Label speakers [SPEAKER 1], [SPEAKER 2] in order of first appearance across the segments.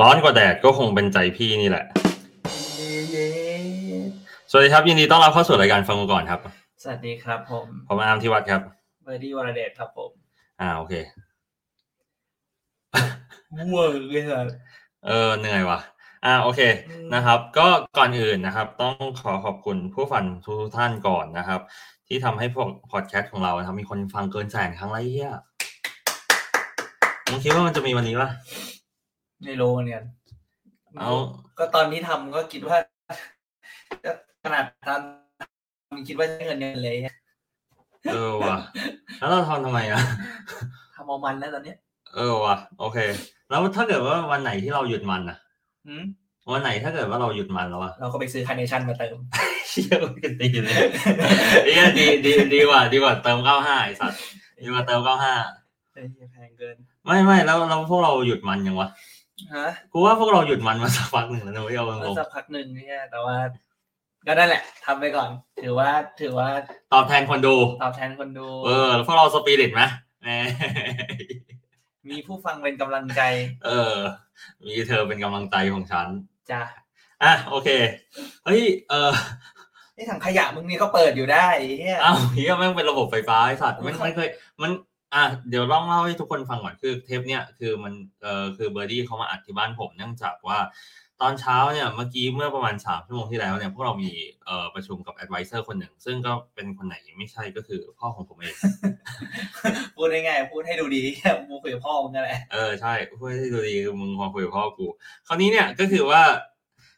[SPEAKER 1] ร้อนกว่าแดดก็คงเป็นใจพี่นี่แหละ สวัสดีครับยินดีต้อนรับเข้าสู่รายการฟังกูก่อนครับ
[SPEAKER 2] สวัสดีครับผม
[SPEAKER 1] ผมอาร์มที่วัดครับ
[SPEAKER 2] เบอร์ดี้วรเดชครับผม
[SPEAKER 1] อ่าโอเค
[SPEAKER 2] เวอร์เลยสัส
[SPEAKER 1] เออเหนื่อยว่ะ อ่าโอเคนะครับ ก็ก่อนอื่นนะครับ ต้องขอขอบคุณผู้ฟังทุกๆท่านก่อนนะครับ ที่ทำให้พวกพอดแคสต์ของเรานะครับมีคนฟังเกินแสนครั้งไรเฮียมึงคิดว่ามันจะมีวันนี้ปะ
[SPEAKER 2] ไม่รู้เนี่ย
[SPEAKER 1] เอา
[SPEAKER 2] ก็ตอนที่ทำก็คิดว่า ขนาดทำมันคิดว่าได้เงินเดือนเลย
[SPEAKER 1] เออว่ะ แล้วเราทำทำไมอ่ะ
[SPEAKER 2] ทำเอามันแล้วตอนเนี้ย
[SPEAKER 1] เออว่ะโอเค แล้วถ้าเกิดว่าวันไหนที่เราหยุดมันอ่ะ
[SPEAKER 2] หืม
[SPEAKER 1] วันไหนถ้าเกิดว่าเราหยุดมันแล้วอ่ะ
[SPEAKER 2] เราก็ไปซื้อคาร์เนชั่นมาเติม
[SPEAKER 1] เชี่ยมันก็ดีเลยเอ้ยดีดีดีกว่า ดีกว่าเติมเก้าห้าไอสัตว์ดีกว่าเติมเก้าห้า
[SPEAKER 2] เฮ้ยแพงเกิน
[SPEAKER 1] ไม่ไม่แล้วเราพวกเราหยุดมันยังวะ
[SPEAKER 2] ฮะ
[SPEAKER 1] กูว่าพวกเราหยุดมันมาสักพักหนึ่งแล้วนะเว้ยเอาง
[SPEAKER 2] ก็
[SPEAKER 1] ง
[SPEAKER 2] สักพักหนึ่งเนี่ยแต่ว่า ก็นั่นแหละทำไปก่อน ถือว่า ถือว่า
[SPEAKER 1] ๆตอบแทนคนดู
[SPEAKER 2] ตอบแทนคนดู
[SPEAKER 1] เออแล้วพวกเราสปิริตไหมแหม
[SPEAKER 2] มีผู้ฟังเป็นกำลังใจ
[SPEAKER 1] เออ มีเธอเป็นกำลังใจของฉัน
[SPEAKER 2] จ้ะ
[SPEAKER 1] อ่ะโอเคเฮ้ยเออ
[SPEAKER 2] ไอ้ถังขยะมึงนี่ก็เปิดอยู่ได้ไอ้เฮีย
[SPEAKER 1] เอ้าเฮียแม่งเป็นระบบไฟฟ้าไอสัตว์มันไม่เคยมันอ่ะเดี๋ยวลองเล่าให้ทุกคนฟังก่อนคือเทปเนี้ยคือมันเออคือเบอร์ดี้เขามาอัดที่บ้านผมเนื่องจากว่า ตอนเช้าเนี่ยเมื่อกี้เมื่อประมาณสามชั่วโมงที่แล้วเนี่ยพวกเรามีเอ่อประชุมกับแอดไวเซอร์คนหนึ่ง ซึ่งก็เป็นคนไหนไม่ใช่ก็คือพ่อของผมเอง
[SPEAKER 2] พูดง่ายๆพูดให้ดูดี แค่มูคุยกับพ่อมึงนั่นแหละ
[SPEAKER 1] เออใช่พูดให้ดูดีคือมึงมาคุยกับพ่อกู คราวนี้เนี่ยก็คือว่า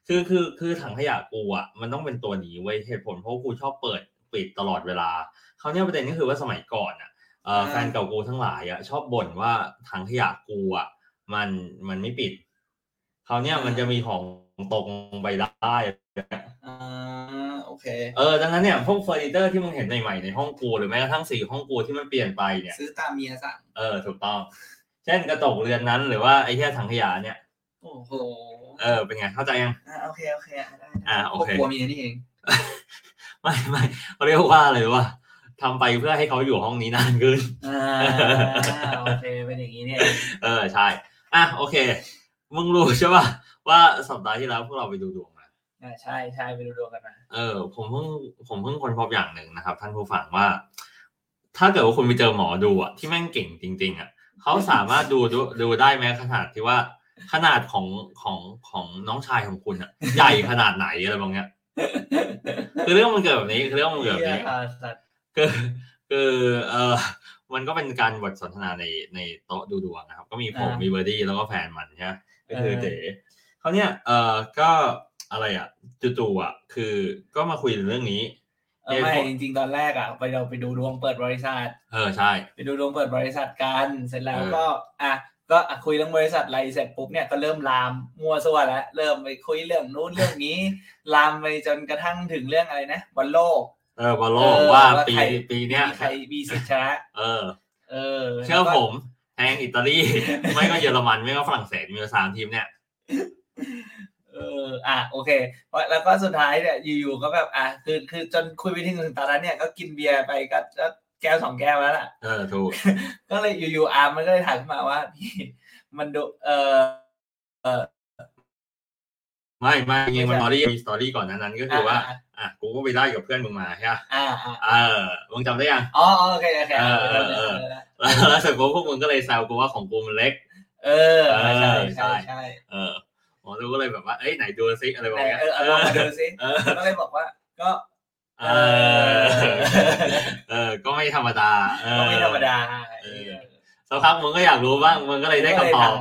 [SPEAKER 1] คือคือคือถังขยะกูอ่ะมันต้องเป็นตัวนี้ไว้ยเหตุผลเพราะกูชอบเปิดปิดตลอดเวลาคราวเนี้ยประเด็นก็คือว่าสมัยก่อนอ่ะเอ่อ
[SPEAKER 2] อ่า
[SPEAKER 1] แฟนเก่ากูทั้งหลายอ่ะชอบบ่นว่าถังขยะกูอ่ะมันมันไม่ปิดคราวเนี้ยมันจะมีของตกลงไปได้
[SPEAKER 2] อ่าโอเค
[SPEAKER 1] เออ ดังนั้นเนี่ยพวกเฟอร์นิเจอร์ที่มึงเห็นใหม่ๆในห้องกูหรือแม้กระทั่งสีห้องกูที่มันเปลี่ยนไปเนี่ย
[SPEAKER 2] ซื้อตามเมียสั่ง
[SPEAKER 1] เออ ถูกต้อง เช่นกระจกเรือนนั้น หรือว่าไอ้ที่ถังขยะเนี่ย
[SPEAKER 2] โอ้โห
[SPEAKER 1] เออ เป็นไง เข้าใจยัง
[SPEAKER 2] อ่าโอเคโอเคอ่ะได้
[SPEAKER 1] อ่าโอเค
[SPEAKER 2] กลัวเมียนี่เอง
[SPEAKER 1] ไม่ไม่เขาเรียกว่าอะไรวะทำไปเพื่อให้เขาอยู่ห้องนี้นาน ขึ้น
[SPEAKER 2] อ่าโอเคเป็นอย่างนี้เนี่ย
[SPEAKER 1] เออ ใช่ อ่ะ โอเค มึงรู้ใช่ป่ะ ว่าสัปดาห์ที่แล้วพวกเราไปดูดวงมา
[SPEAKER 2] อ่าใช่ใช่ไปดูดวงกันมา
[SPEAKER 1] เออ ผมเพิ่ง ผมเพิ่งคนพบอย่างหนึ่งนะครับ ท่านผู้ฟังว่า ถ้าเกิดว่าคุณไปเจอหมอดูอ่ะที่แม่งเก่งจริง ๆอ่ะเขาสามารถดูดูดูได้แม้ขนาดที่ว่าขนาดของของของน้องชายของคุณอ่ะ ใหญ่ขนาดไหนอะไรบางอย่างคือเรื่องมันเกิดแบบนี้คือเรื่องมันเกิดแบบ
[SPEAKER 2] เหี้ย
[SPEAKER 1] นี้
[SPEAKER 2] อ่าสัตว์
[SPEAKER 1] คือ คือเออ มันก็เป็นการบทสนทนาในในโต๊ะดูดวงนะครับ ก็มีผมมีเบอร์ดี้แล้วก็แฟนมันใช่ไหมก็คือเต๋เขาเนี่ยเออก็อะไรอ่ะจู่ๆอ่ะ คือก็มาคุยเรื่องนี้
[SPEAKER 2] เออ
[SPEAKER 1] เดี๋ยว
[SPEAKER 2] ไม่จริงๆตอนแรกอ่ะไปเราไปดูดวงเปิดบริษัท
[SPEAKER 1] เออใช่
[SPEAKER 2] ไปดูดวงเปิดบริษัทกันเสร็จแล้ว
[SPEAKER 1] เออ
[SPEAKER 2] ก็อ่ะก็อ่ะคุยเรื่องบริษัทอะไรเสร็จปุ๊บเนี่ยก็เริ่มลามมั่วซั่วแล้วเริ่มไปคุยเรื่องนู้นเรื่องนี้ ลามไปจนกระทั่งถึงเรื่องอะไรนะบอลโลก
[SPEAKER 1] เออบอลโลก
[SPEAKER 2] เออ
[SPEAKER 1] ว่า
[SPEAKER 2] ว่า
[SPEAKER 1] ปี
[SPEAKER 2] ใคร
[SPEAKER 1] ปีเนี้ย
[SPEAKER 2] มีใครมีสิทธิ์ชนะ
[SPEAKER 1] เออ
[SPEAKER 2] เออ
[SPEAKER 1] เชื่อผมแทงอิตาลี ไม่ก็เยอรมัน ไม่ก็ฝรั่งเศสมีสามทีมเนี่ย
[SPEAKER 2] เอออ่ะโอเคแล้วก็สุดท้ายเนี่ยอยู่ๆก็แบบอ่ะคือคือจนคุยไปถึงตอนนั้นเนี่ยก็กินเบียร์ไปก็ก็แก้วสองแก้วแล้วล่ะ
[SPEAKER 1] เออถูก
[SPEAKER 2] ก็เลยอยู่ๆอาร์มมันก็เลยถามขึ้นมาว่าพี่มันดูเออ
[SPEAKER 1] ไม่ไม่จริงๆมันสตอรี่มีสตอรี่ก่อนหนานั้นก็คือว่า อ่ะกูก็ไปได้กับเพื่อนมึงมาใช่ปะ
[SPEAKER 2] อ่าอ่า
[SPEAKER 1] เออมึงจำได้ยัง
[SPEAKER 2] อ๋อโอเคโอเค
[SPEAKER 1] เออเออเออ แล้วเสร็จปุ๊บพวกมึงก็เลยแซวกูว่าของกูมันเล็ก
[SPEAKER 2] เออใช่ใช่ใช่
[SPEAKER 1] เออหมอดูก็เลยแบบว่าเอ้ยไหนดูซิอะไรแบบ
[SPEAKER 2] ไหน
[SPEAKER 1] เนี้ย
[SPEAKER 2] เออเอาลองมาดูซิ
[SPEAKER 1] เออ
[SPEAKER 2] ก็เลยบอกว่า ก็
[SPEAKER 1] เออเออ ก็ไม่ธรรมดาเออ
[SPEAKER 2] ก็ไม่ธรรมดา
[SPEAKER 1] เออ สักพักมึงก็อยากรู้บ้างมึงก็เลยได้คำตอบ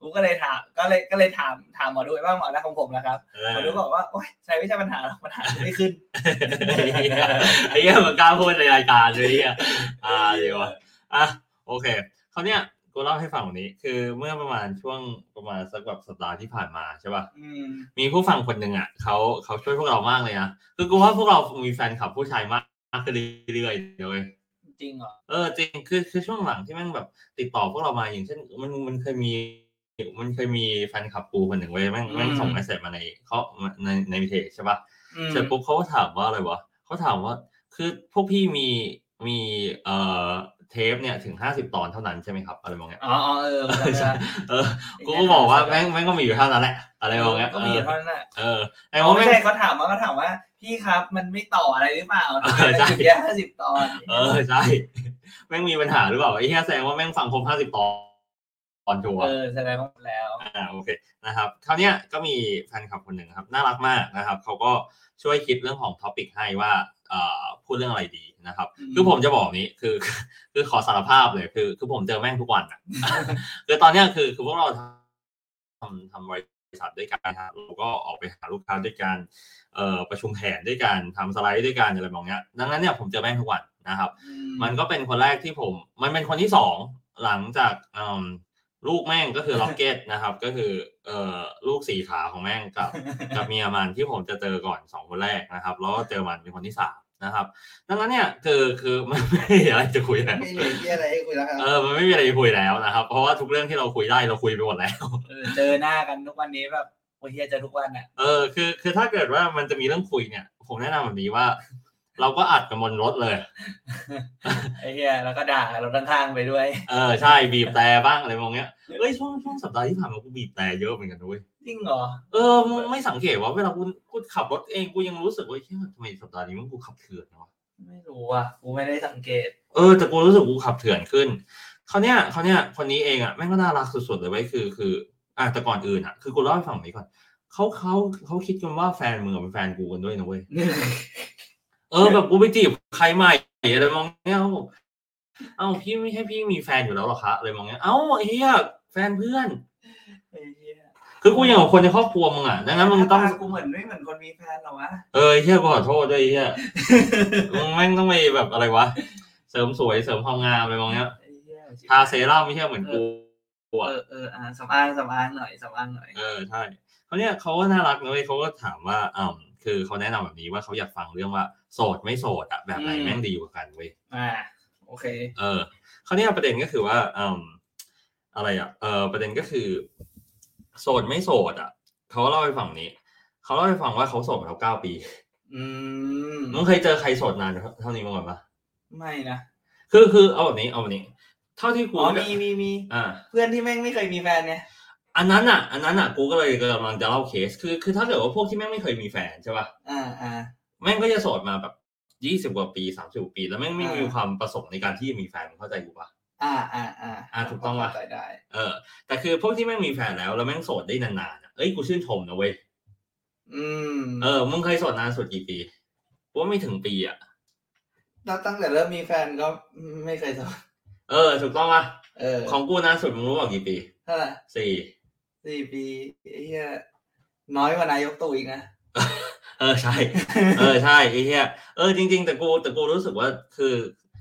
[SPEAKER 2] กูก็เลยถามก็เลยก็เลยถามถามหมอดูว่าหมอรักของผมนะครับ
[SPEAKER 1] เออ
[SPEAKER 2] ผมรู้บอกว่าโอ๊ยใช้ไม่ใช่ปัญหาหรอกปัญหาไม่ขึ้น
[SPEAKER 1] ไอ้เหี้ยมันกล้าพูดในรายการเลยไอ้เหี้ยอ่าดีวะอ่ะโอเคเขาวเนี้ยกูเล่าให้ฟังวันนี้ คือเมื่อประมาณช่วงประมาณสักแบบสัปดาห์ที่ผ่านมาใช่ป่ะ
[SPEAKER 2] อืม
[SPEAKER 1] มีผู้ฟังคนหนึ่งอ่ะเขาเขาช่วยพวกเรามากเลยนะคือกูว่าพวกเรามีแฟนคลับผู้ชายมากขึ้นเรื่อยๆเดี๋ยวเว้ย
[SPEAKER 2] จริงเหรอ
[SPEAKER 1] เออจริงคือคือช่วงหลังที่แม่งแบบติดต่อพวกเรามาอย่างเช่น มันมันเคยมี มันเคยมีแฟนคลับกูคนหนึ่งเว้ยแม่งแม่งส่งเมสเซจมาในเขาในในเทจใช่ปะ
[SPEAKER 2] อืม
[SPEAKER 1] เสร็จปุ๊บเขาก็ถามว่าอะไรวะเขาถามว่า คือพวกพี่มีมีเอ่อ เทปเนี่ยถึงห้าสิบตอนเท่านั้นใช่ไหมครับอะไรมองเงี้ย
[SPEAKER 2] อ๋ออ๋อเออจำได้ละ
[SPEAKER 1] เออกูก็บอกว่าแม่งแม่งก็มีอยู่เท่านั้นแหละอะไรมองเงี้ย
[SPEAKER 2] ก็มีเท่านั้นแหละ
[SPEAKER 1] เออไอ้
[SPEAKER 2] แต่
[SPEAKER 1] ว่า
[SPEAKER 2] ไม่
[SPEAKER 1] แม่ง
[SPEAKER 2] ใช่เขาถามว่าเขาถามว่า พี่ครับมันไม่ต่ออะไรหรือเปล่า
[SPEAKER 1] เออใช่
[SPEAKER 2] ถึงแค่ห้าสิบตอน
[SPEAKER 1] เออใช่ แม่งมีปัญหาหรือเปล่าไอ้เหี้ยแสดงว่าแม่งฟังครบห้าสิบตอนตอนชัวร์
[SPEAKER 2] เออแสดงว่าหมดแล้ว
[SPEAKER 1] อ่าโอเคนะครับคราวเนี้ยก็มีแฟนคลับคนหนึ่งครับน่ารักมากนะครับเขาก็ช่วยคิดเรื่องของท็อปิกให้ว่าเอ่อพูดเรื่องอะไรดีนะครับ
[SPEAKER 2] อืม
[SPEAKER 1] คือผมจะบอกนี้คือ คือขอสารภาพเลยคือคือผมเจอแม่งทุกวันอะ คือตอนเนี้ยคือคือพวกเราทำทำบริษัทด้วยกันนะครับเราก็ออกไปหาลูกค้าด้วยกันเอ่อประชุมแผนด้วยกันทำสไลด์ด้วยกันอะไรแบบเนี้ยดังนั้นเนี่ยผมเจอแม่งทุกวันนะครับ
[SPEAKER 2] อื
[SPEAKER 1] มันก็เป็นคนแรกที่ผม มันเป็นคนที่สองหลังจากอืมลูกแม่งก็คือ ล็อกเก็ตนะครับ ก็คือเอ่อลูกสี่ขาของแม่ง กับ กับเมียมันที่ผมจะเจอก่อนสองคนแรกนะครับแล้วก็เจอมันเป็นคนที่สามนะครับ ดังนั้นเนี่ยคือคือ มันไม่มีอะไรจะคุยแล้ว
[SPEAKER 2] ไม่เหลือที่อะไรให้คุยแล้วครับ
[SPEAKER 1] เออมันไม่มีอะไรจะคุยแล้วนะครับ เพราะว่าทุกเรื่องที่เราคุยได้เราคุยไปหมดแล้ว
[SPEAKER 2] เออเจอหน้ากันทุกวันนี้แบบโอ้ยเฮียเจอทุกวันอ่ะ
[SPEAKER 1] เออคือคือถ้าเกิดว่ามันจะมีเรื่องคุยเนี่ย ผมแนะนำแบบนี้ว่า เราก็อัดกันบนรถเลย
[SPEAKER 2] ไอ้เฮียแล้วก็ด่าเราข้างๆไปด้วย
[SPEAKER 1] เออใช่บีบแต่บ้างอะไรมองเงี้ยเอ้ยช่วงช่วงสัปดาห์ที่ผ่านมากูบีบแต่เยอะเหมือนกันด้วย
[SPEAKER 2] จริงเหรอ
[SPEAKER 1] เออมึงไม่สังเกตว่าเวลากูกูขับรถเองกูยังรู้สึกว่าเฮ้ยทำไมสัปดาห์นี้มึงกูขับเถื่อนวะ
[SPEAKER 2] ไม่รู้อ่ะกูไม่ได้สังเกต
[SPEAKER 1] เออแต่กูรู้สึกกูขับเถื่อนขึ้นเขาวเนี้ยเขาวเนี้ยคนนี้เองอ่ะแม่งก็น่ารักสุดๆเลยไว้ยคือคืออ่ะแต่ก่อนอื่นอ่ะคือกูเล่าให้ฟังแบบนี้ก่อนเขาเขาเขาคิดกันว่าแฟนมึงอะเป็นแฟนกูกันด้วยนะเว้ยเออแบบกูไปจีบใครใหม่อะไรมองเนี้ยเขาบอกเอ้าพี่ไม่ใช่พี่มีแฟนอยู่แล้วเหรอคะอะไรมองเนี้ยเอ้าไอ้เฮียแฟนเพื่อน
[SPEAKER 2] ไอ้เฮีย
[SPEAKER 1] คือกูอย่างกับคนในครอบครัวมึงอ่ะดังนั้นมึงต้อง
[SPEAKER 2] หาากูเหมือนไม่เหมือนคนมีแฟนเหรอวะ
[SPEAKER 1] เออไอ้เฮียกูขอโทษด้วยไอ้เฮีย มึงแม่งต้องไปแบบอะไรวะ เสริมสวยเสริมความงามอะไรมองเนี้ย
[SPEAKER 2] ไอ้เหี้ย
[SPEAKER 1] ทาเซรั่มไม่ใช่เหมือนกูกูอะ
[SPEAKER 2] เออเอออ่าสำอางสำอางหน่อยสำอางหน่อย
[SPEAKER 1] เออใช่เขาเนี่ยเขาก็น่ารักนะเว้ยเขาก็ถามว่าอ่าคือเขาแนะนำแบบนี้ว่าเขาอยากฟังเรื่องว่าโสดไม่โสดอะแบบไหนแม่งดีกว่ากันเว้ย
[SPEAKER 2] อ่าโอเค
[SPEAKER 1] เออคราวเนี้ยประเด็นก็คือว่าอืมอะไรอ่ะ เออประเด็นก็คือ โสดไม่โสดอ่ะเขาเล่าให้ฟังนี้เขาเล่าให้ฟังว่าเขาโสดมาแล้วเก้าปี
[SPEAKER 2] อืม
[SPEAKER 1] มึงเคยเจอใครโสดนานเท่านี้มาก่อนปะ
[SPEAKER 2] ไม่นะ
[SPEAKER 1] คือคือเอาแบบนี้เอาแบบนี้ เท่าที่กู
[SPEAKER 2] อ๋อมีมีมี
[SPEAKER 1] อ่า
[SPEAKER 2] เพื่อนที่แม่งไม่เคยมีแฟนเนี่ย
[SPEAKER 1] อันนั้นอ่ะ อันนั้นอ่ะ กูก็เลยกำลังจะเล่าเคส คือ คือถ้าเกิดว่าพวกที่แม่งไม่เคยมีแฟนใช่ป่ะ
[SPEAKER 2] อ่าอ่า
[SPEAKER 1] แม่งก็จะโสดมาแบบยี่สิบกว่าปีสามสิบกว่าปี แล้วแม่งไม่
[SPEAKER 2] อ่ามี
[SPEAKER 1] มีความประสงค์ในการที่จะมีแฟนมึงเข้าใจกูป่ะ
[SPEAKER 2] อ่าอ่าอ่า
[SPEAKER 1] อ่าถูกต้องว่ะ
[SPEAKER 2] เข้าใจได้
[SPEAKER 1] เออ แต่คือพวกที่แม่งมีแฟนแล้ว แล้วแม่งโสดได้นานๆอะเอ้ย กูชื่นชมนะเว้ย
[SPEAKER 2] อืม
[SPEAKER 1] เออ มึงเคยโสดนานสุดกี่ปีกูว่าไม่ถึงปีอ่ะ
[SPEAKER 2] แล้วตั้งแต่เริ่มมีแฟนก็ไม่เคยโสด
[SPEAKER 1] เออ ถูกต้องป่ะ
[SPEAKER 2] เออ
[SPEAKER 1] ของกูนานสุดมึงรู้ว่ากี่ปี
[SPEAKER 2] เท่าไหร่
[SPEAKER 1] สี่
[SPEAKER 2] สี่ปีไอ้เหี้ยน้อยกว่านายกตู่อีกนะ
[SPEAKER 1] เออใช่ เออใช่ไอ้เหี้ยเออจริง ๆ แต่กูแต่กูรู้สึกว่าคือ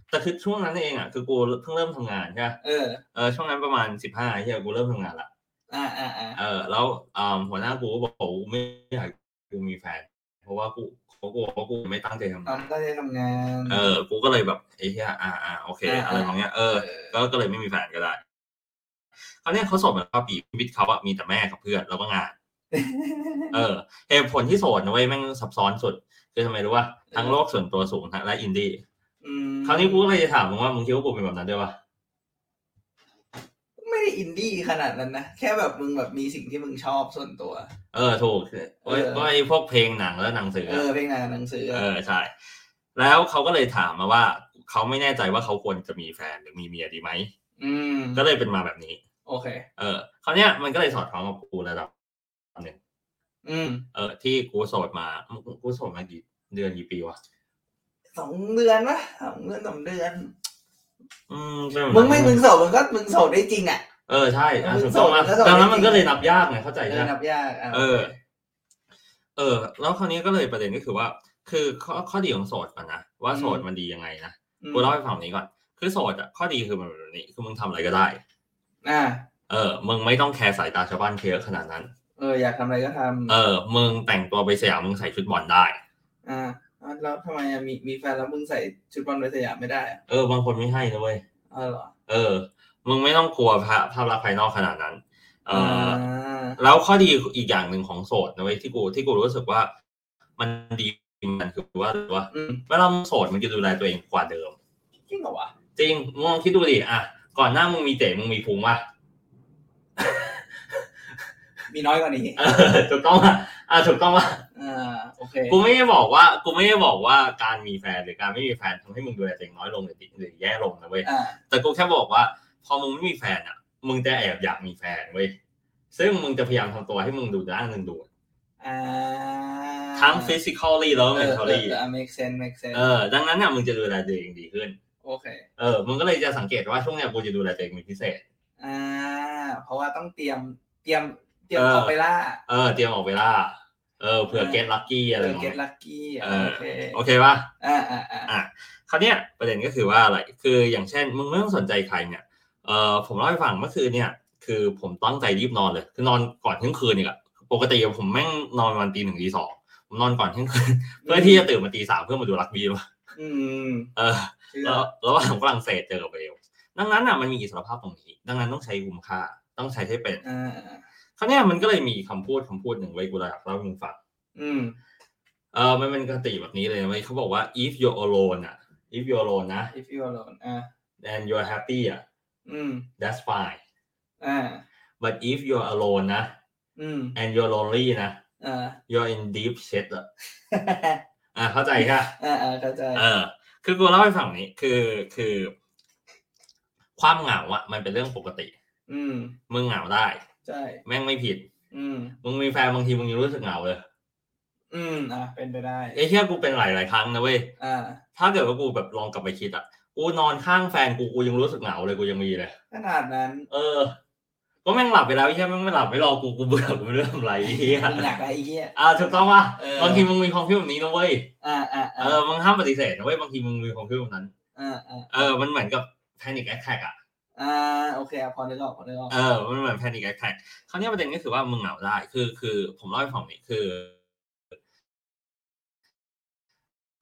[SPEAKER 1] แต่คือช่วงนั้นเองอ่ะคือกูเพิ่งเริ่มทำงานใช่ปะ
[SPEAKER 2] เออ
[SPEAKER 1] เออช่วงนั้นประมาณสิบห้าไอ้เหี้ยกูเริ่มทำงานละ
[SPEAKER 2] อ่าอ่าอ่า
[SPEAKER 1] เออแล้วอ่าหัวหน้ากูก็บอกกูไม่อยากกูมีแฟน เพราะว่ากูเขากลัวว่ากูไม่ตั้งใจ
[SPEAKER 2] ตอง
[SPEAKER 1] ทำาน
[SPEAKER 2] นก็ได้ทำงาน
[SPEAKER 1] เออกูก็เลยแบบไอ้เหี้ยอ่าอ่าโอเค อะไรของเนี้ยเออก็ก็เลยไม่มีแฟนก็ได้เขาวเนี้ยเขาโสดมาเก้าปีชีวิตเขาอะมีแต่แม่กับเพื่อนแล้วก็งาน เออเหตุผลที่โสดนะเว้ยแม่งซับซ้อนสุด คือทำไมรู้ว่าทั้งโลกส่วนตัวสูงทั้งและอินดี้
[SPEAKER 2] อืม
[SPEAKER 1] คราวนี้กูก็เลยจะถามมึงว่ามึงคิดว่ากูเป็นแบบนั้นด้วยปะ
[SPEAKER 2] ไม่ได้อินดี้ขนาดนั้นนะ แค่แบบมึงแบบมีสิ่งที่มึงชอบส่วนตัว
[SPEAKER 1] เออถูกโอ้ยก็ไอ้พวกเพลงหนังและหนังสือ
[SPEAKER 2] เออเพลงงานหนังสือ
[SPEAKER 1] เออใช่แล้วเขาก็เลยถามมาว่าเขาไม่แน่ใจว่าเขาควรจะมีแฟนหรือมีเมียดีไหม
[SPEAKER 2] อืม
[SPEAKER 1] ก็เลยเป็นมาแบบนี้
[SPEAKER 2] โอเค
[SPEAKER 1] เออคราวเนี้ยมันก็เลยสอดคล้องกับกูระดับหนึ่ง
[SPEAKER 2] อืม
[SPEAKER 1] เออที่กูโสดมากูโสดมากี่เดือนกี่ปีวะ
[SPEAKER 2] สองเดือนวะสองเดือนสองเดือน
[SPEAKER 1] อืมใช่ไห
[SPEAKER 2] มึงไม่มึงโสดมึงก็มึงโสดได้จริงอ่ะ
[SPEAKER 1] เออใช่อ่ะ
[SPEAKER 2] มึง
[SPEAKER 1] ถูกต้องมาก
[SPEAKER 2] โสด
[SPEAKER 1] ดัง
[SPEAKER 2] มึงก็โสด
[SPEAKER 1] นั้นมัน
[SPEAKER 2] จริงๆ
[SPEAKER 1] ก็เลยนับยากไงเข้าใจ
[SPEAKER 2] เออ
[SPEAKER 1] ใช่ไหม
[SPEAKER 2] นับยากอ่ะ
[SPEAKER 1] เออ เออ แล้วคราวนี้ก็เลยประเด็นก็คือว่า คือข้อข้อดีของโสดก่อนนะ ว่าโสดมันดียังไงนะ
[SPEAKER 2] อืม
[SPEAKER 1] กูเล่าให้ฟังแบบนี้ก่อน คือโสดอ่ะ ข้อดีคือมันแบบนี้ คือมึงทำอะไรก็ได้
[SPEAKER 2] อ่า
[SPEAKER 1] เออ มึงไม่ต้องแคร์สายตาชาวบ้านเคร์ขนาดนั้น
[SPEAKER 2] เอออยากทำอะไรก็ทำ
[SPEAKER 1] เออ มึงแต่งตัวไปสยามมึงใส่ชุดบอลได้
[SPEAKER 2] อ่าแล้วทำไมอะมีมีแฟนแล้วมึงใส่ชุดบอลไปสยามไม่ได้อะ
[SPEAKER 1] เออ บางคนไม่ให้นะเว้ย
[SPEAKER 2] อ๋อเหรอ
[SPEAKER 1] เออ มึงไม่ต้องกลัวภาภาพลักษณ์ภายนอกขนาดนั้น เอออ
[SPEAKER 2] า
[SPEAKER 1] แล้วข้อดีอีกอย่างหนึ่งของโสดนะเว้ยที่กูที่กูรู้สึกว่า มันดีมันคือว่าว่า
[SPEAKER 2] อืม
[SPEAKER 1] เวลามึงโสดมึงจะดูแลตัวเองกว่าเดิม
[SPEAKER 2] จริงเหรอวะ
[SPEAKER 1] จริงมึงลองคิดดูดิอ่ะก่อนหน้ามึงมีเจ๋มึงมีพุงว่ะ
[SPEAKER 2] มีน้อยกว่านี้
[SPEAKER 1] เออ ถูกต้องอ่ะอ่ะถูกต้องอ่ะ
[SPEAKER 2] อ่าโอเค
[SPEAKER 1] กูไม่ได้บอกว่า กูไม่ได้บอกว่าการมีแฟนหรือการไม่มีแฟนทำให้มึงดูแลตัวเองน้อยลงหรือติหรือแย่ลงนะเว้ย
[SPEAKER 2] อ่า
[SPEAKER 1] แต่กูแค่บอกว่า พอมึงไม่มีแฟนอ่ะ มึงจะแอบอยากมีแฟนเว้ย ซึ่งมึงจะพยายามทำตัวให้มึงดูด้านหนึ่งดูด
[SPEAKER 2] อ่า
[SPEAKER 1] ทั้ง physically แล้วก็
[SPEAKER 2] เออเอ
[SPEAKER 1] mentally
[SPEAKER 2] อเออ make sense make sense
[SPEAKER 1] เออ ดังนั้นเนี่ยมึงจะดูแลตัวเองดีขึ้น
[SPEAKER 2] โอเค
[SPEAKER 1] เออ มึงก็เลยจะสังเกตว่าช่วงเนี้ยกูจะดูแลตัวเองเป็นพิเศษ
[SPEAKER 2] อ่าเพราะว่าต้องเตรียมเตรียมเตรียม
[SPEAKER 1] เออ
[SPEAKER 2] ออกไปล่า
[SPEAKER 1] เออ เตรียมออกเวลา เออ เผื่อ get lucky อะไร
[SPEAKER 2] เออ
[SPEAKER 1] ของ
[SPEAKER 2] get lucky อ่ะ
[SPEAKER 1] เออ
[SPEAKER 2] โอเค
[SPEAKER 1] โอเคป่ะ
[SPEAKER 2] อ่าอ่าอ่า
[SPEAKER 1] คราวเนี้ยประเด็นก็คือว่าอะไร คืออย่างเช่น มึงไม่ต้องสนใจใครเนี่ย เออผมเล่าให้ฟังเมื่อคืนเนี่ย คือผมตั้งใจรีบนอนเลย คือนอนก่อนเที่ยงคืนอีกอะปกติอะผมแม่งนอนวันตีหนึ่งตีสองผมนอนก่อนเที่ยงคืน เพื่อที่จะตื่นมาตีสามเพื่อมาดูรักบี้วะ
[SPEAKER 2] อืม
[SPEAKER 1] เออ
[SPEAKER 2] เชื่อ
[SPEAKER 1] แล้วระหว่างฝรั่งเศสเจอกับเวลส์ดังนั้นอ่ะมันมีอิสรภาพตรงนี้ ดังนั้นต้องใช้คุ้มค่า ต้องใช้ให้เป็น
[SPEAKER 2] อ่าอ่า
[SPEAKER 1] คราวเนี้ยมันก็เลยมีคำพูดคำพูดหนึ่งไว้กูเลยอยากเล่าให้มึงฟัง
[SPEAKER 2] อืม
[SPEAKER 1] เออมันเป็นกติแบบนี้เลยนะเว้ยเขาบอกว่า if you're alone อ่ะ if you're alone นะ
[SPEAKER 2] if you alone อ่า
[SPEAKER 1] and you're happy อ่ะ
[SPEAKER 2] อืม
[SPEAKER 1] that's fine
[SPEAKER 2] อ่า
[SPEAKER 1] but if you're alone นะ
[SPEAKER 2] อืม
[SPEAKER 1] and you're lonely นะ
[SPEAKER 2] อ่า
[SPEAKER 1] you're in deep shit อะอ่ะเข้าใจค่ะ
[SPEAKER 2] อ่าอ่าเข้าใจ
[SPEAKER 1] เออ คือกูเล่าให้ฟังนี้คือคือ ความเหงาอะมันเป็นเรื่องปกติ
[SPEAKER 2] อืม
[SPEAKER 1] มึงเหงาได้
[SPEAKER 2] ใช่
[SPEAKER 1] แม่งไม่ผิด
[SPEAKER 2] อืม
[SPEAKER 1] มึงมีแฟนบางทีมึงยังรู้สึกเหงาเลย
[SPEAKER 2] อืมอ่ะเป็นไปได้
[SPEAKER 1] ไอ้เหี้ยกูเป็นหลายหลายๆครั้งนะเว้ย
[SPEAKER 2] อ่า
[SPEAKER 1] ถ้าเกิดว่ากูแบบลองกลับไปคิดอะกูนอนข้างแฟนกูกูยังรู้สึกเหงาเลยกูยังมีเลย
[SPEAKER 2] ขนาดนั้น
[SPEAKER 1] เออ ก็แม่งหลับไปแล้วไอ้เหี้ยแม่งไม่หลับไม่รอกูกูเบื่อกูไม่รู้ทำอะไรไอ้เหี้ย
[SPEAKER 2] มึงอยากได้ไอ้เหี้ย
[SPEAKER 1] อ่าถูกต้องป่ะ
[SPEAKER 2] เออ
[SPEAKER 1] บางทีมึงมีความคิดแบบนี้นะเว้ย
[SPEAKER 2] อ่าอ่า
[SPEAKER 1] เอ
[SPEAKER 2] อ่า
[SPEAKER 1] อมึงห้ามปฏิเสธนะเว้ยบางทีมึงมีความคิดแบบนั้น
[SPEAKER 2] อ่าอ่า
[SPEAKER 1] เออมันเหมือนกับแพนิคแอคแท็กอ่ะ
[SPEAKER 2] อ่าโอเคอ่ะพอนึกออกพอนึกออก
[SPEAKER 1] เออมันเหมือนแพนิคแอคแท็กคราวเนี้ยประเด็นก็คือว่ามึงเหงาได้คือคือผมเล่าให้ฟังหนี่อยคือ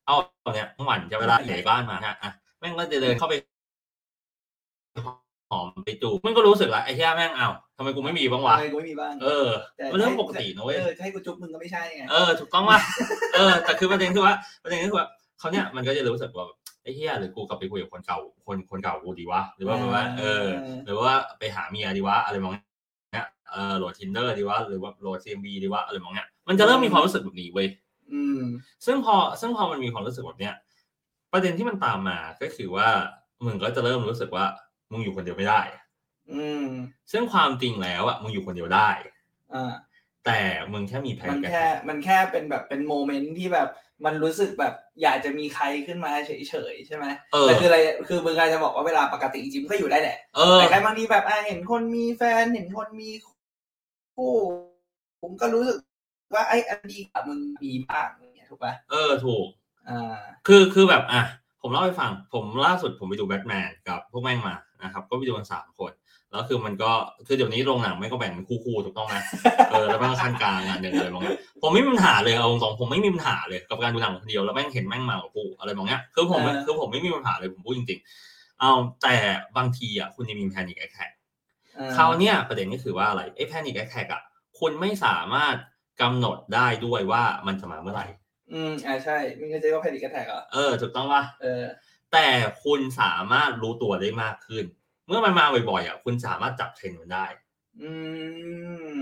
[SPEAKER 1] เอาเนี้ยทั้งวันจะเวลาเหนื่อยบ้านมาฮะอ่ะแม่งก็จะเดินเข้าไปหอมไปจูบมันก็รู้สึกละไอ้เหี้ยแม่งเอ้าทำไมกูไม่มีบ้างวะ
[SPEAKER 2] ทำไมกูไม่มีบ้าง
[SPEAKER 1] เออ
[SPEAKER 2] แต่
[SPEAKER 1] มันเรื่องปกตินะเว้ย
[SPEAKER 2] เออจะให้กูจุ๊บมึงก็ไม่ใช่ไง
[SPEAKER 1] เออถูกต้องว่า เออแต่คือประเด็นคือว่าประเด็นก็คือว่าเขาเนี่ยมันก็จะรู้สึกว่าแบบไอ้เฮียหรือกูกลับไปคุยกับคนเก่าคนคนเก่ากูดีวะหรือว่าแบบว่า เออ หรือว่าไปหาเมียดีวะอะไรมองเนี้ยเออโหลดทินเดอร์ดีวะหรือว่าโหลดซีเอ็มบีดีวะอะไรมองเนี้ยมันจะเริ่มมีความรู้สึกแบบนี้เว้ย
[SPEAKER 2] อืม
[SPEAKER 1] ซึ่งพอซึ่งพอมันมีความรู้สึกแบบเนี้ยประเด็นที่มันตามมาก็คือว่ามึงก็จะเริ่มรู้สึกว่ามึงอยู่คนเดียวไม่ได้
[SPEAKER 2] อืม
[SPEAKER 1] ซึ่งความจริงแล้วอ่ะมึงอยู่คนเดียวได้
[SPEAKER 2] อ่า
[SPEAKER 1] แต่มึงแค่มีแพล
[SPEAKER 2] มัน น
[SPEAKER 1] กัน
[SPEAKER 2] แค่มันแค่เป็นแบบเป็นโมเมนต์ที่แบบมันรู้สึกแบบอยากจะมีใครขึ้นมาเฉยเฉยๆใช่ไหม
[SPEAKER 1] เออ
[SPEAKER 2] แต่คืออะไรคือมึงอาจจะบอกว่าเวลาปกติจริงๆก็อยู่ได้แหละ
[SPEAKER 1] เออ
[SPEAKER 2] แต่แค่บางทีแบบอ่ะเห็นคนมีแฟนเห็นคนมีคู่ ผมก็รู้สึกว่าไอ้อันดีกับมึงมีบ้างอย่างเงี้ยถูกป่ะ
[SPEAKER 1] เออถูก
[SPEAKER 2] อ่า
[SPEAKER 1] คือคือแบบอ่ะผมเล่าให้ฟัง ผมล่าสุดผมไปดูแบทแมนกับพวกแม่งมานะครับก็ไปดูกันสามคน แล้วคือมันก็คือเดี๋ยวนี้โรงหนังไม่งก็แบ่งเป็นคู่ๆถูกต้องไหมเออแล้วแม่งขั้นกลางอันหนึ่งอะไรบางอย่างผมไม่มีปัญหาเลยเอาตรงๆผมไม่มีปัญหาเลยกับการดูหนังคนเดียวแล้วแม่งเห็นแม่งมากับกูอะไรบางอย่างคือผม
[SPEAKER 2] เออ
[SPEAKER 1] คือผมไม่มีปัญหาเลยผมพูดจริงๆเอาแต่บางทีอ่ะคุณจะมีแพนิคแอคแท็ก
[SPEAKER 2] อ่
[SPEAKER 1] คราวเนี้ยประเด็นก็คือว่าอะไรไอ้แพนิคแอคแท็กอ่ะคุณไม่สามารถกำหนดได้ด้วยว่ามันจะมาเมื่อไหร่
[SPEAKER 2] อืมอ่าใช่มึงก็จะว่าแพนิคแอทแทกเหรอ
[SPEAKER 1] เออถูกต้องปะ
[SPEAKER 2] เออ
[SPEAKER 1] แต่คุณสามารถรู้ตัวได้มากขึ้น เมื่อมันมาบ่อยๆอ่ะคุณสามารถจับเทรนด์มันได้
[SPEAKER 2] อื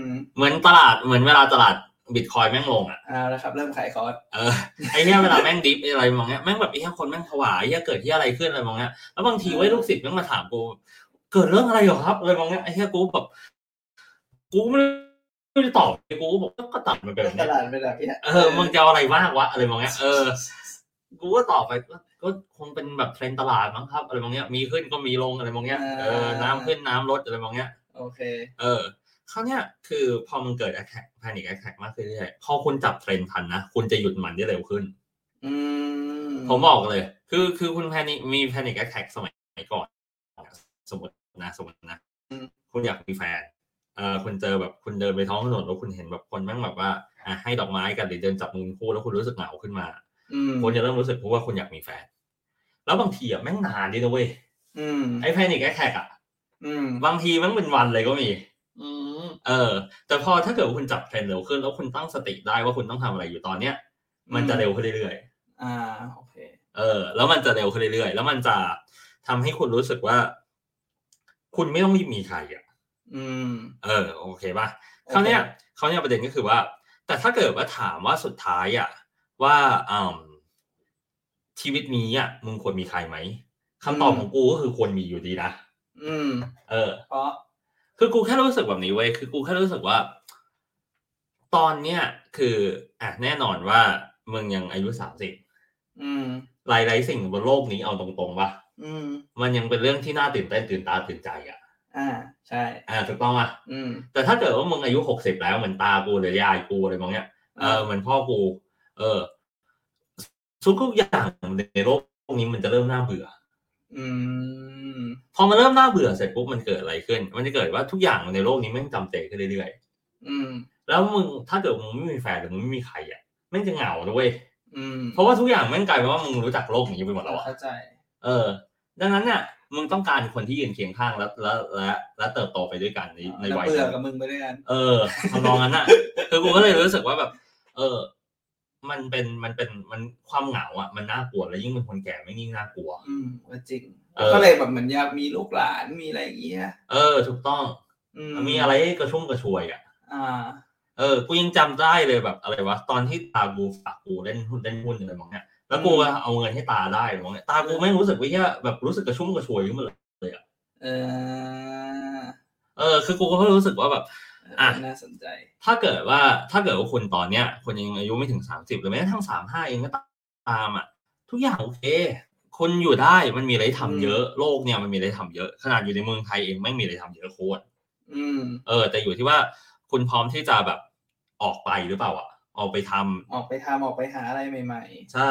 [SPEAKER 2] ม
[SPEAKER 1] เหมือนตลาดเหมือนเวลาตลาดบิตคอยแม่งลงอ่ะ
[SPEAKER 2] เอาละครับ เริ่มขายคอร์ส
[SPEAKER 1] เออไอ้เนี้ยเวลาแม่งดิฟอะไรมองเนี้ยแม่งแบบไอ้เนี้ยคนแม่งผวาไอ้เนี้ยเกิดที่อะไรขึ้นอะไรมองเนี้ยแล้วบางทีไว้ยลูกศิษย์แม่งมาถามกูเกิดเรื่องอะไรเหรอครับอะไรมองเนี้ยไอ้เนี้ยกูแบบกูไม่รู้จะตอบกูก็บอกก็ตัดมันไปแบบ
[SPEAKER 2] ต
[SPEAKER 1] เนี้ย
[SPEAKER 2] ลาดเป็นแบบเนี้ย
[SPEAKER 1] เออมึงจะเอาอะไรมากวะอะไรมองเนี้ยเออกูก็ตอบไปก็ก็คงเป็นแบบเทรนด์ตลาดมั้งครับอะไรมองเนี้ยมีขึ้นก็มีลงอะไรมองเนี้ยเออน้ำขึ้นน้ำลดอะไรมองเนี้ย
[SPEAKER 2] โอเค
[SPEAKER 1] เออคราวเนี้ยคือพอมันเกิด attack panic attack มากขึ้นเรื่อยๆพอคุณจับเทรนด์ทันนะ คุณจะหยุดมันได้เร็วขึ้น
[SPEAKER 2] อืม
[SPEAKER 1] ผมบอกเลย คือคือคุณแพนิมี panic attack สมัยก่อนนะสมมตินะสมมตินะ คุณอยากมีแฟนเออคุณเจอแบบคุณเดินไปท้องถนนแล้วคุณเห็นแบบคนแม่งแบบว่าอ่ะให้ดอกไม้กันหรือเดินจับมือคู่แล้วคุณรู้สึกเหงาขึ้นมา
[SPEAKER 2] อืม
[SPEAKER 1] คุณจะเริ่มรู้สึกเพราะว่าคุณอยากมีแฟน แล้วบางทีอ่ะแม่งนานดินะเว้ย
[SPEAKER 2] อืม
[SPEAKER 1] ไอ้ panic attack อ่ะ
[SPEAKER 2] อืม
[SPEAKER 1] บางทีแม่งเป็นวันเลยก็มี
[SPEAKER 2] อืม
[SPEAKER 1] เออ แต่พอถ้าเกิดว่าคุณจับเทรนด์เร็วขึ้น แล้วคุณตั้งสติได้ว่าคุณต้องทำอะไรอยู่ตอนเนี้ยมันจะเร็วขึ้นเรื่อย
[SPEAKER 2] อ่าโอเค
[SPEAKER 1] ๆเออ แล้วมันจะเร็วขึ้นเรื่อยๆ แล้วมันจะ ทำให้คุณรู้สึกว่า คุณไม่ต้องมีใครอ่ะ
[SPEAKER 2] อืม
[SPEAKER 1] เออโอเคป่ะคราวเนี้ย
[SPEAKER 2] โอ
[SPEAKER 1] คราวเนี้ยประเด็นก็คือว่า แต่ถ้าเกิดว่าถามว่าสุดท้ายอ่ะว่าอืมชีวิตนี้อ่ะมึงควรมีใครไหมคำตอบของกูก็คือควรมีอยู่ดีนะ
[SPEAKER 2] อืม
[SPEAKER 1] เออ
[SPEAKER 2] เพราะ
[SPEAKER 1] คือกูแค่รู้สึกแบบนี้เว้ย คือกูแค่รู้สึกว่า ตอนเนี้ยคืออ่ะแน่นอนว่ามึงยังอายุสามสิบ
[SPEAKER 2] อืม
[SPEAKER 1] หลายๆสิ่งบนโลกนี้เอาตรงๆป่ะ
[SPEAKER 2] อืม
[SPEAKER 1] มันยังเป็นเรื่องที่น่าตื่นเต้นตื่นตาตื่นใจอ่ะ
[SPEAKER 2] อ่า ใช่
[SPEAKER 1] อ่าถูกต้องอ่ะ
[SPEAKER 2] อืม
[SPEAKER 1] แต่ถ้าเกิดว่ามึงอายุหกสิบแล้วเหมือนตากูหรือยายกูอะไรบางอย่างเออเหมือนพ่อกู เออทุกๆอย่างในโลกนี้มันจะเริ่มน่าเบื่อ
[SPEAKER 2] อืม
[SPEAKER 1] พอมันเริ่มน่าเบื่อเสร็จปุ๊บมันเกิดอะไรขึ้น มันจะเกิดว่าทุกอย่างในโลกนี้แม่งจำเจขึ้นเรื่อยๆ
[SPEAKER 2] อืม
[SPEAKER 1] แล้วมึงถ้าเกิดมึงไม่มีแฟนหรือมึงไม่มีใครอ่ะแม่งจะเหงาด้วย
[SPEAKER 2] อืม
[SPEAKER 1] เพราะว่าทุกอย่างแม่งกลายเป็นว่ามึงรู้จักโลกอย่างนี้ไปหมดแล้วอ่ะ
[SPEAKER 2] เข้าใจ
[SPEAKER 1] เออ ดังนั้นเนี่ยมึงต้องการคนที่ยืนเคียงข้างและและและและเติบโตไปด้วยกันในใน
[SPEAKER 2] แล้ว
[SPEAKER 1] วัย
[SPEAKER 2] เบื่อ
[SPEAKER 1] นั้น
[SPEAKER 2] กับมึงไปด้วยกัน
[SPEAKER 1] เออทำนองนั้นอ่ะ คือกูก็เลยรู้สึกว่าแบบ เออ มันเป็นมันเป็นมันความเหงาอ่ะมันน่ากลัวแล้วยิ่งเป็นคนแก่ไม่งยิ่งน่ากลัว
[SPEAKER 2] อืมก็จริง
[SPEAKER 1] เออ
[SPEAKER 2] ก็เลยแบบเหมือนอยากมีลูกหลานมีอะไรอย่างเงี้ย
[SPEAKER 1] เออ ถูกต้อง
[SPEAKER 2] อื
[SPEAKER 1] มันมีอะไรให้กระชุ่มกระชวยอ่ะ
[SPEAKER 2] อ่า
[SPEAKER 1] เออกูยังจำได้เลยแบบอะไรวะตอนที่ตากูฝากกูเล่นหุ้นเล่นหุ้นอะไรบางอย่าง แล้วกูก็เอาเงินให้ตาได้มองเนี่ยตากูไม่งรู้สึกว่าเหียแบบรู้สึกกระชุ่มกระชวยขึ้นมาเลย
[SPEAKER 2] เออ
[SPEAKER 1] เออคือกูก็รู้สึกว่าแบบ อ่ะ
[SPEAKER 2] น่าสนใจ
[SPEAKER 1] ถ้าเกิดว่าถ้าเกิดว่าคนตอนเนี้ยคนยังอายุไม่ถึงสามสิบหรือแม้กระทั่งสามห้าเองก็ตามอ่ะ ทุกอย่างโอเค คนอยู่ได้มันมีอะไรทำเยอะโลกเนี่ยมันมีอะไรทำเยอะ ขนาดอยู่ในเมืองไทยเองไม่งมีอะไรทำเยอะโคตร
[SPEAKER 2] อืม
[SPEAKER 1] เออ แต่อยู่ที่ว่าคุณพร้อมที่จะแบบออกไปหรือเปล่าอ่ะออกไปทำ
[SPEAKER 2] ออกไปทำออกไปหาอะไรใหม่
[SPEAKER 1] ใช่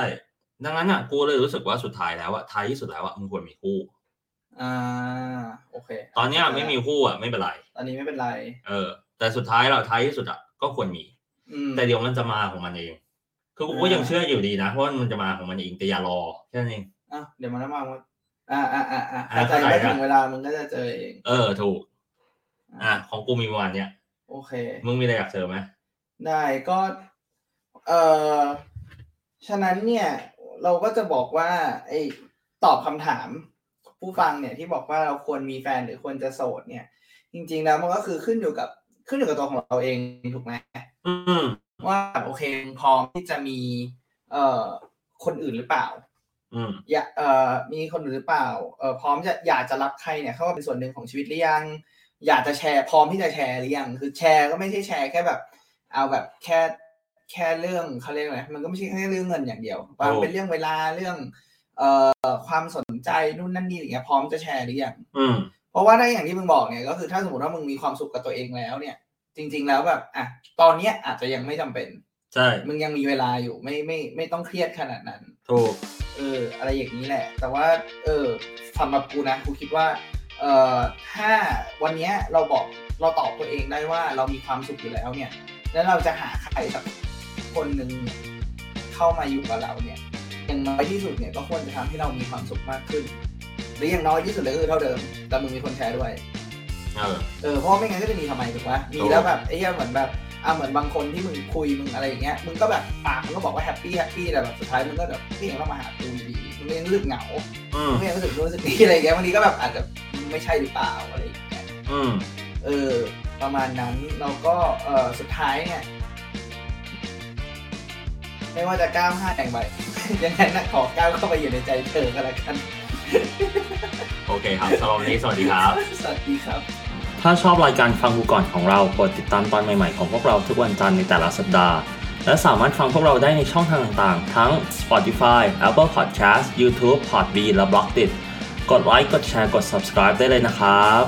[SPEAKER 1] ดังนั้นอ่ะกูเลยรู้สึกว่าสุดท้ายแล้วอ่ะท้ายที่สุดแล้วอ่ะมึงควรมีคู่
[SPEAKER 2] ๆ อ่า โอเค
[SPEAKER 1] ตอนเนี้ยไม่มีคู่อ่ะไม่เป็นไร
[SPEAKER 2] ตอนนี้ไม่เป็นไร
[SPEAKER 1] เออแต่สุดท้ายเราท้ายที่สุดอ่ะก็ควรมี
[SPEAKER 2] อืม
[SPEAKER 1] แต่เดี๋ยวมันจะมาของมันเอง คือกูก็
[SPEAKER 2] อ่ายั
[SPEAKER 1] ยังเชื่ออยู่ดีนะเพราะว่ามันจะมาของมันเองแต่อย่ารอแค่นั้นเอง
[SPEAKER 2] อ่ะเดี๋ยวมันจะมาว่าอ่าอ่าอ่าอ่า
[SPEAKER 1] อ่า
[SPEAKER 2] เข้าใจ
[SPEAKER 1] เข้าใจค
[SPEAKER 2] ว่า
[SPEAKER 1] รับ
[SPEAKER 2] ถึงเวลามันก็จะเจอเอง
[SPEAKER 1] เออถูก อ่ะของกูมีประมาณเนี้ย
[SPEAKER 2] โอเค
[SPEAKER 1] มึงมีอะไรอยากเจอไหม
[SPEAKER 2] ได้ก็ เออฉะนั้นเนี่ย เราก็จะบอกว่า ไอ้ตอบคำถาม ผู้ฟังเนี่ยที่บอกว่าเราควรมีแฟนหรือควรจะโสดเนี่ย จริง ๆ แล้วมันก็คือขึ้นอยู่กับขึ้นอยู่กับตัวของเราเองถูกไหม
[SPEAKER 1] อืม
[SPEAKER 2] ว่าโอเคพร้อมที่จะมีเอ่อคนอื่นหรือเปล่า
[SPEAKER 1] อืม
[SPEAKER 2] อยากเอ่อมีคนอื่นหรือเปล่าเอ่อพร้อมจะอยากจะรักใครเนี่ยเข้ามาเป็นส่วนหนึ่งของชีวิตหรือยัง อยากจะแชร์พร้อมที่จะแชร์หรือยังคือแชร์ก็ไม่ใช่แชร์แค่แบบ เอาแบบแค่แค่เรื่องเขาเรียกอะไรมันก็ไม่ใช่แค่เรื่องเงินอย่างเดียว
[SPEAKER 1] ครับ
[SPEAKER 2] มันเป็นเรื่องเวลาเรื่องเอ่อความสนใจนู่นนั่นนี่อย่างเงี้ยพร้อมจะแชร์หรือยัง
[SPEAKER 1] อืม
[SPEAKER 2] เพราะว่าได้อย่างที่มึงบอกเนี่ยก็คือถ้าสมมติว่ามึงมีความสุขกับตัวเองแล้วเนี่ย จริง ๆ แล้วแบบอ่ะตอนเนี้ยอาจจะยังไม่จำเป็น
[SPEAKER 1] ใช่
[SPEAKER 2] มึงยังมีเวลาอยู่ไม่ไม่ไม่ต้องเครียดขนาดนั้น
[SPEAKER 1] ถูก
[SPEAKER 2] เออ อะไรอย่างนี้แหละ แต่ว่า เออสำหรับกูนะกูคิดว่า เออถ้าวันเนี้ยเราบอกเราตอบตัวเองได้ว่าเรามีความสุขอยู่แล้วเนี่ย แล้วเราจะหาใครสักคนหนึ่งเข้ามาอยู่กับเราเนี่ยอย่างน้อยที่สุดเนี่ยก็ควรจะทำให้เรามีความสุขมากขึ้น หรืออย่างน้อยที่สุดเลยก็คือเท่าเดิม แต่มึงมีคนแชร์ด้วย
[SPEAKER 1] เออ
[SPEAKER 2] เออเพราะว่าไม่งั้นก็จะมีทำไมถูกปะมีแล้วแบบไอ้เหี้ยเหมือนแบบอ่ะเหมือนบางคนที่มึงคุยมึงอะไรอย่างเงี้ยมึงก็แบบปากมึงก็บอกว่าแฮปปี้แฮปปี้แต่แบบสุดท้ายมึงก็แบบที่ยังต้องมาหากูอยู่ดีมึงก็ยังรู้สึกเหงา
[SPEAKER 1] อืม
[SPEAKER 2] มึงก็ยังรู้สึกรู้สึกนี่อะไรอย่างเงี้ยบางทีก็แบบอาจจะไม่ใช่หรือเปล่าอะไรอย่างเงี้ย
[SPEAKER 1] อืม
[SPEAKER 2] เออ ประมาณนั้นแล้วก็เออสุดท้ายเนี่ยไม่ว่าจะก้าวห้าแต่งไป ยังไงนะขอก้าวเข้าไปอยู่ในใจเธอกันละกัน
[SPEAKER 1] โอเคครับสำหรับวันนี้สวัสดีครับ
[SPEAKER 2] สวัสดีครับ
[SPEAKER 1] ถ้าชอบรายการฟังกูก่อนของเรากดติดตามตอนใหม่ๆของพวกเราทุกวันจันทร์ในแต่ละสัปดาห์ และสามารถฟังพวกเราได้ในช่องทางต่างๆ ทั้ง Spotify, Apple Podcast, YouTube, Podbean และ b l o g d i t กดไลค์ กดแชร์ กด subscribe ได้เลยนะครับ